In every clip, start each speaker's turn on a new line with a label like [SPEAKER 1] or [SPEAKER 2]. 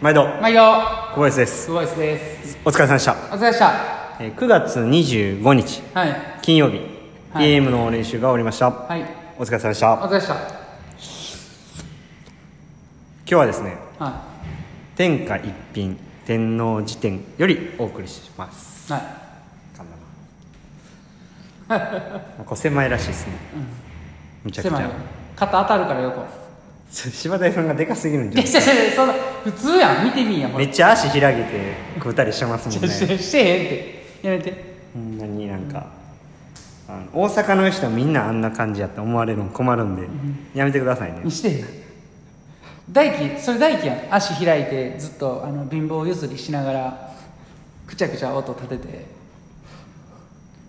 [SPEAKER 1] 毎度
[SPEAKER 2] 毎度
[SPEAKER 1] 小林です
[SPEAKER 2] すごいです
[SPEAKER 1] お疲れ様でした、
[SPEAKER 2] お疲れ様でした
[SPEAKER 1] えー9月25日
[SPEAKER 2] はい
[SPEAKER 1] 金曜日、
[SPEAKER 2] はい
[SPEAKER 1] AM の練習が終わりました、
[SPEAKER 2] はい
[SPEAKER 1] お疲れ様でし
[SPEAKER 2] お
[SPEAKER 1] た今
[SPEAKER 2] 疲れ様でした
[SPEAKER 1] 日はですね
[SPEAKER 2] は
[SPEAKER 1] 天下一品天皇辞典よりお送りします
[SPEAKER 2] いはい
[SPEAKER 1] 噛んだな なんか狭いらしいですね、めちゃくち
[SPEAKER 2] 狭いよ
[SPEAKER 1] ゃ
[SPEAKER 2] 肩当たるからよこ
[SPEAKER 1] 柴田さんがでかすぎるん
[SPEAKER 2] い
[SPEAKER 1] じゃ
[SPEAKER 2] や
[SPEAKER 1] ない
[SPEAKER 2] いやいやそんな普通やん見てみんやこ
[SPEAKER 1] め
[SPEAKER 2] れ
[SPEAKER 1] っちゃ足開けて食ったりしてます もんね
[SPEAKER 2] してへんってやめて
[SPEAKER 1] ほんまになんかあの大阪の人はみんなあんな感じやって思われるの困るんで、やめてくださいね
[SPEAKER 2] にしてへん大輝それ大輝やん足開いてずっとあの貧乏ゆすりしながらくちゃくちゃ音立てて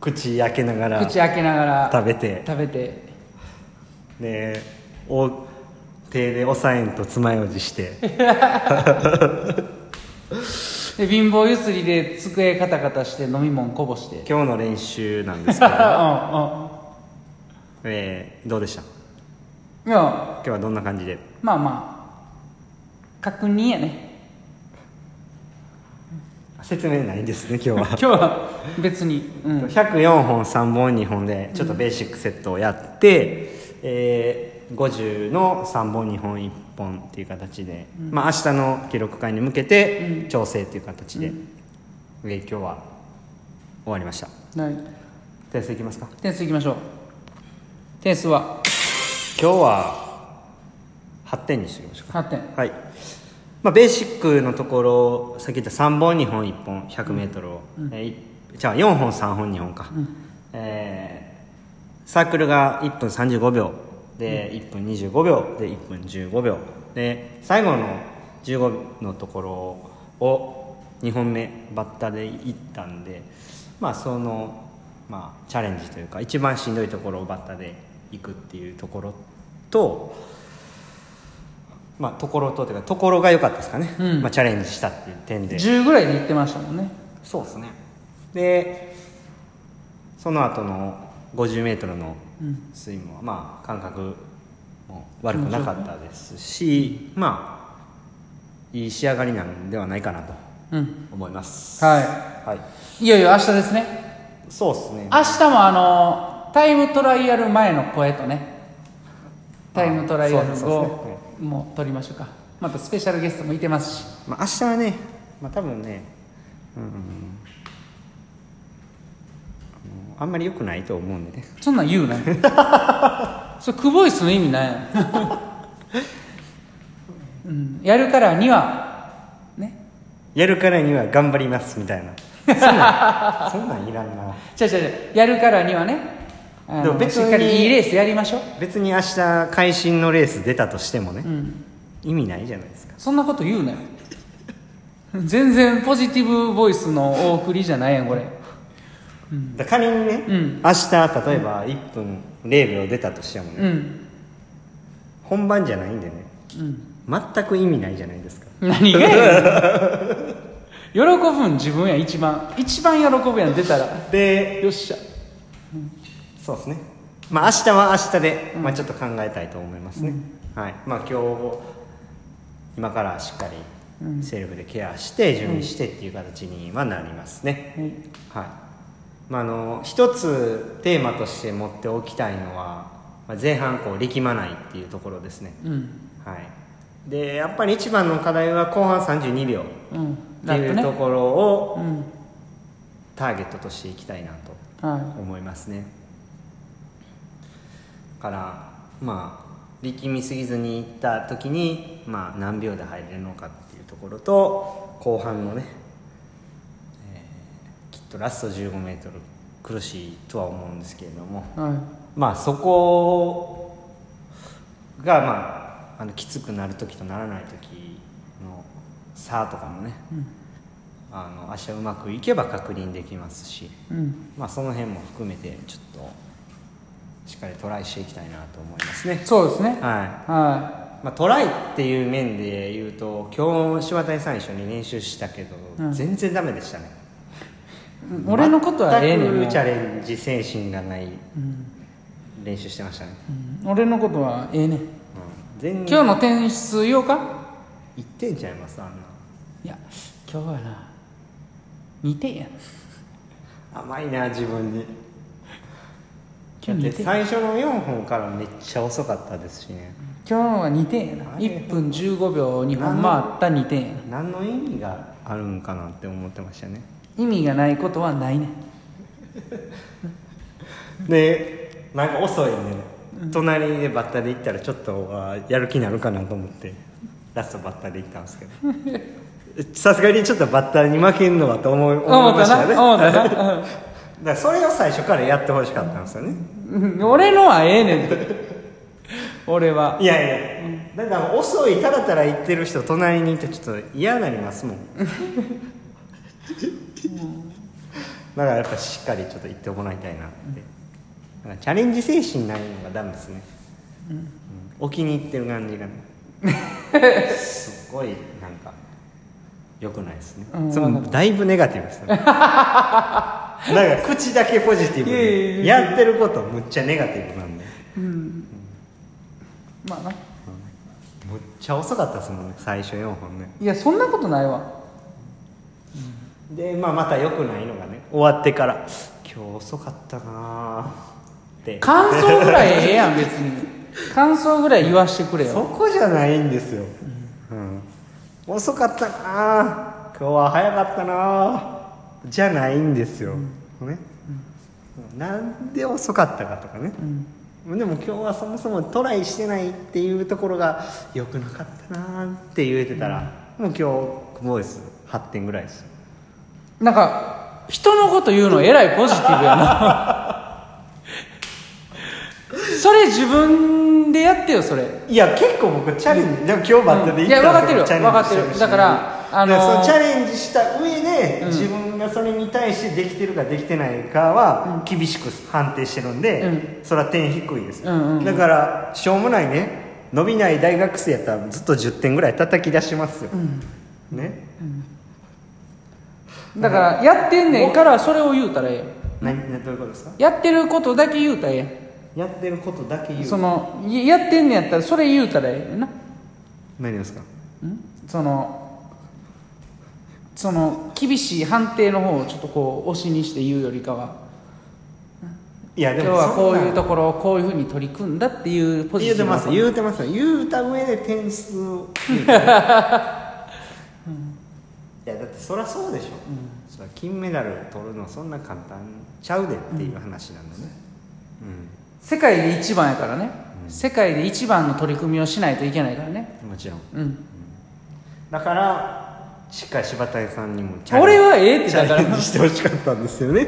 [SPEAKER 1] 口開けながら
[SPEAKER 2] 口開けながら
[SPEAKER 1] 食べて
[SPEAKER 2] 食べて
[SPEAKER 1] でお手で押さえんと爪楊枝して
[SPEAKER 2] で貧乏ゆすりで机カタカタして飲み物こぼして
[SPEAKER 1] 今日の練習なんですけ
[SPEAKER 2] う
[SPEAKER 1] ど、
[SPEAKER 2] んうん
[SPEAKER 1] えーどうでした
[SPEAKER 2] いや
[SPEAKER 1] 今日はどんな感じで
[SPEAKER 2] まあまあ確認やね
[SPEAKER 1] 説明ないんです ね今日
[SPEAKER 2] 今
[SPEAKER 1] は
[SPEAKER 2] 日は別にうん
[SPEAKER 1] 104本3本2本でちょっとベーシックセットをやって、えー50の3本2本1本っていう形で、まあ明日の記録会に向けて調整っていう形で、えー今日は終わりました
[SPEAKER 2] はい
[SPEAKER 1] 点数いきますか
[SPEAKER 2] 点数いきましょう点数は
[SPEAKER 1] 今日は8点にしておきましょうか
[SPEAKER 2] 8点
[SPEAKER 1] はい、まあ、ベーシックのところさっき言った3本2本1本 100m を、えーいじゃあ4本3本2本か、えーサークルが1分35秒で1分25秒で1分15秒で最後の15のところを2本目バッタでいったんでまあその、まあ、チャレンジというか一番しんどいところをバッタでいくっていうところとまあ、ところとというかところが良かったですかね、
[SPEAKER 2] うん
[SPEAKER 1] まあ、チャレンジしたっていう点で
[SPEAKER 2] 10ぐらいでいってましたもんね
[SPEAKER 1] そうですねでその後の 50m のスイムは、まあ感覚も悪くなかったですし、まあいい仕上がりなんではないかなと
[SPEAKER 2] うん
[SPEAKER 1] 思います
[SPEAKER 2] はい
[SPEAKER 1] はい
[SPEAKER 2] いよいよ明日ですね
[SPEAKER 1] そうですね
[SPEAKER 2] 明日もあのタイムトライアル前の声とねタイムトライアル
[SPEAKER 1] あそうそうですね
[SPEAKER 2] 後も撮りましょうかまたスペシャルゲストもいてますし
[SPEAKER 1] まあ、明日はね、まあ、多分ね、うんうんうん、あのあんまり良くないと思うんでね
[SPEAKER 2] そんなん言 うなよそれクボイスの意味ないやん、うん、やるからにはね
[SPEAKER 1] やるからには頑張りますみたい なそんなんそんなんいらんな
[SPEAKER 2] 違う違う違うやるからにはねあの
[SPEAKER 1] でも別
[SPEAKER 2] し
[SPEAKER 1] に
[SPEAKER 2] っかりいいレースやりましょう、
[SPEAKER 1] 別に明日会心のレース出たとしてもね、
[SPEAKER 2] うん、
[SPEAKER 1] 意味ないじゃないですか
[SPEAKER 2] そんなこと言うなよ 全然ポジティブボイスのお送りじゃないやんこれ
[SPEAKER 1] だから仮にね、
[SPEAKER 2] うん
[SPEAKER 1] 明日例えば1分0秒出たとしてもね、
[SPEAKER 2] うん
[SPEAKER 1] 本番じゃないんでね
[SPEAKER 2] うん
[SPEAKER 1] 全く意味ないじゃないですか
[SPEAKER 2] 何がや ねん喜ぶん自分やん一番一番喜ぶやん出たら
[SPEAKER 1] で
[SPEAKER 2] よっしゃ
[SPEAKER 1] そうですねまあ明日は明日で、まあ、ちょっと考えたいと思いますね、はいまあ今日今からしっかりセルフでケアして準備してっていう形にはなりますね、
[SPEAKER 2] はい
[SPEAKER 1] はいまあ、あの一つテーマとして持っておきたいのは、まあ、前半こう力まないっていうところですね、
[SPEAKER 2] うん
[SPEAKER 1] はい、でやっぱり一番の課題は後半32秒
[SPEAKER 2] う
[SPEAKER 1] っ
[SPEAKER 2] ん
[SPEAKER 1] て
[SPEAKER 2] ラッ
[SPEAKER 1] い
[SPEAKER 2] プ
[SPEAKER 1] うと
[SPEAKER 2] ね
[SPEAKER 1] ころを
[SPEAKER 2] うん
[SPEAKER 1] ターゲットとしていきたいなと
[SPEAKER 2] は
[SPEAKER 1] 思いますねだからまあ力みすぎずにいった時に、まあ、何秒で入れるのかっていうところと後半のね、えーきっとラスト 15m 苦しいとは思うんですけれども
[SPEAKER 2] い、はい
[SPEAKER 1] まあそこがまああのきつくなる時とならない時の差とかもね、あの明日うまくいけば確認できますし。
[SPEAKER 2] うん、
[SPEAKER 1] まあ、その辺も含めてちょっとしっかりトライしていきたいなと思いますね。
[SPEAKER 2] そうですね
[SPEAKER 1] はい
[SPEAKER 2] は
[SPEAKER 1] まあ、トライっていう面で言うと今日柴谷さん一緒に練習したけど、
[SPEAKER 2] うん
[SPEAKER 1] 全然ダメでしたね
[SPEAKER 2] い俺のことはええねん
[SPEAKER 1] 全
[SPEAKER 2] もう
[SPEAKER 1] くチャレンジ精神がない
[SPEAKER 2] うん
[SPEAKER 1] 練習してましたね、
[SPEAKER 2] うん俺のことはええねん
[SPEAKER 1] うん、全然
[SPEAKER 2] 今日の点数言おうか
[SPEAKER 1] 1点ちゃいますあんな
[SPEAKER 2] いや今日はな2点やな
[SPEAKER 1] 甘いな自分にだ
[SPEAKER 2] 今
[SPEAKER 1] っ
[SPEAKER 2] 日
[SPEAKER 1] て
[SPEAKER 2] 2点
[SPEAKER 1] 最初の4本からめっちゃ遅かったですしね
[SPEAKER 2] 今日は2点やな
[SPEAKER 1] あれ
[SPEAKER 2] 1分15秒2本回った2点やな
[SPEAKER 1] 何の意味があるんかなって思ってましたね
[SPEAKER 2] 意味がないことはないねん
[SPEAKER 1] でなんか遅いね、隣でバッタで行ったらちょっとあーやる気になるかなと思ってラストバッタで行ったんですけど さすがにちょっとバッタに負けんのはと思い思い
[SPEAKER 2] 思
[SPEAKER 1] ま
[SPEAKER 2] っ
[SPEAKER 1] した
[SPEAKER 2] た
[SPEAKER 1] よね
[SPEAKER 2] な思っ
[SPEAKER 1] だか
[SPEAKER 2] たな
[SPEAKER 1] らそれを最初からやってほしかったんですよね
[SPEAKER 2] うん俺のはええねんて俺はい
[SPEAKER 1] やいや、だから遅いたらたら行ってる人隣にいてちょっと嫌になりますもんだからやっぱしっかりちょっと行ってもらいたいなって、なんかチャレンジ精神ないのがダメですね、うん、お気に入ってる感じがねすっごいなんか良くないですね、
[SPEAKER 2] うん
[SPEAKER 1] それもだいぶネガティブ ですねなんか口だけポジティブ
[SPEAKER 2] いやいやいや
[SPEAKER 1] で
[SPEAKER 2] いや
[SPEAKER 1] やってることむっちゃネガティブなんで
[SPEAKER 2] うんまあな
[SPEAKER 1] むっちゃ遅かったですもんね最初4本ね
[SPEAKER 2] いやそんなことないわ
[SPEAKER 1] で、まあ、また良くないのがね終わってから今日遅かったなーって
[SPEAKER 2] 感想ぐらいええやん別に感想ぐらい言わしてくれ
[SPEAKER 1] そ
[SPEAKER 2] よ
[SPEAKER 1] こじゃないんですよ、うん遅かったなー今日は早かったなーじゃないんですよ、ね、なんで遅かったかとかね、
[SPEAKER 2] うん
[SPEAKER 1] でも今日はそもそもトライしてないっていうところが良くなかったなーって言えてたら、もう今日ボイス8点ぐらいですよ
[SPEAKER 2] なんか人のこと言うのえらいポジティブやな それ自分でやってよそれ
[SPEAKER 1] いや結構僕チャレンジ、でも今日バットで行
[SPEAKER 2] いや分かってるよ
[SPEAKER 1] チャレンジして
[SPEAKER 2] 分かってるだからあのー
[SPEAKER 1] だからそのチャレンジした上で、
[SPEAKER 2] うん
[SPEAKER 1] 自分がそれに対してできてるかできてないかは厳しく判定してるんで、
[SPEAKER 2] う
[SPEAKER 1] それは点低いです、
[SPEAKER 2] うんうんうん
[SPEAKER 1] だからしょうもないね伸びない大学生やったらずっと10点ぐらい叩き出しますよ、ね
[SPEAKER 2] だからやってんねんからそれを言うたらええよ
[SPEAKER 1] 何何どういうことですか
[SPEAKER 2] やってることだけ言うたらええやん
[SPEAKER 1] やってることだけ言う
[SPEAKER 2] そのいやってんねやったらそれ言うたらええねんな
[SPEAKER 1] 何ですか
[SPEAKER 2] んそのその厳しい判定の方をちょっとこう推しにして言うよりかはい
[SPEAKER 1] やで
[SPEAKER 2] 今
[SPEAKER 1] も
[SPEAKER 2] 日はこういう
[SPEAKER 1] と
[SPEAKER 2] ところをこういうふうに取り組んだっていうポジ
[SPEAKER 1] 言
[SPEAKER 2] テ
[SPEAKER 1] う
[SPEAKER 2] ィ
[SPEAKER 1] て
[SPEAKER 2] ブな
[SPEAKER 1] ます言うてますよ言うた上で点数を言うていやだってそりゃそうでしょ、そりゃ金メダル取るのそんな簡単ちゃうでっていう話なんだね、
[SPEAKER 2] 世界で一番やからね、世界で一番の取り組みをしないといけないからね
[SPEAKER 1] うんもちろん
[SPEAKER 2] うん
[SPEAKER 1] だからしっかり柴谷さんにも
[SPEAKER 2] 俺はええって
[SPEAKER 1] チャ
[SPEAKER 2] だから
[SPEAKER 1] レンジしてほしかったんですよね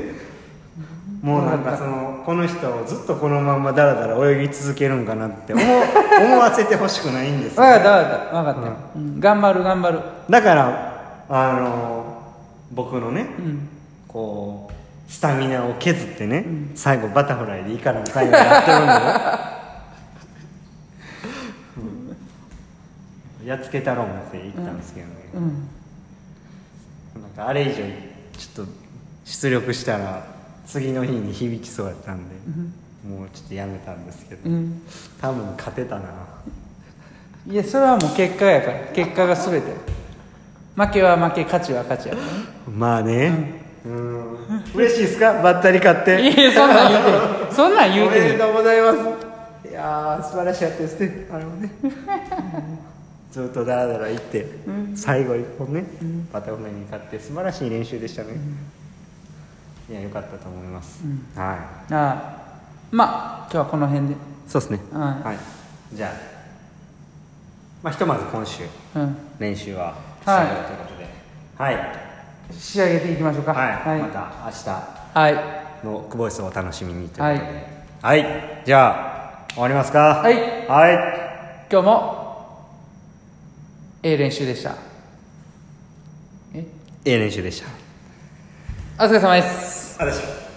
[SPEAKER 1] もうなんかそのこの人をずっとこのままだらだら泳ぎ続けるんかなって思う思わせてほしくないんです
[SPEAKER 2] 分
[SPEAKER 1] よ
[SPEAKER 2] かった分かった分かった、うん頑張る頑張る
[SPEAKER 1] だからあの僕のね、
[SPEAKER 2] うん
[SPEAKER 1] こうスタミナを削ってね、最後バタフライでいいからの最後やってるんだよ、うんやっつけたろう思って行ったんですけどね、
[SPEAKER 2] うん
[SPEAKER 1] なんかあれ以上ちょっと出力したら次の日に響きそうやったんで、もうちょっとやめたんですけど、
[SPEAKER 2] うん
[SPEAKER 1] 多分勝てたない
[SPEAKER 2] やそれはもう結果やから結果が全て負けは負け勝ちは勝ちやからね
[SPEAKER 1] まあねうん嬉しいですかばったり買って
[SPEAKER 2] いやそんなん言うてるそんなん言う
[SPEAKER 1] お
[SPEAKER 2] て
[SPEAKER 1] めで
[SPEAKER 2] る
[SPEAKER 1] とうございますいやー素晴らしかったですねあれもねずっとダラダラ行って、最後一本ね、バタフライに勝って素晴らしい練習でしたね、いや良かったと思います、は
[SPEAKER 2] ああまあ今日はこの辺で
[SPEAKER 1] いそうですね、
[SPEAKER 2] うん
[SPEAKER 1] はいじゃあまあひとまず今週
[SPEAKER 2] うん
[SPEAKER 1] 練習は終
[SPEAKER 2] はい
[SPEAKER 1] 了ということではい、
[SPEAKER 2] 仕上げていきましょうか
[SPEAKER 1] はい
[SPEAKER 2] はい
[SPEAKER 1] また
[SPEAKER 2] はい
[SPEAKER 1] 明日のクボイスをお楽しみにということではい、じゃあ終わりますか
[SPEAKER 2] はい
[SPEAKER 1] はい
[SPEAKER 2] 今日もええ練習でしたえ
[SPEAKER 1] ええ練習でした。
[SPEAKER 2] お疲れ様です
[SPEAKER 1] ありがとうございました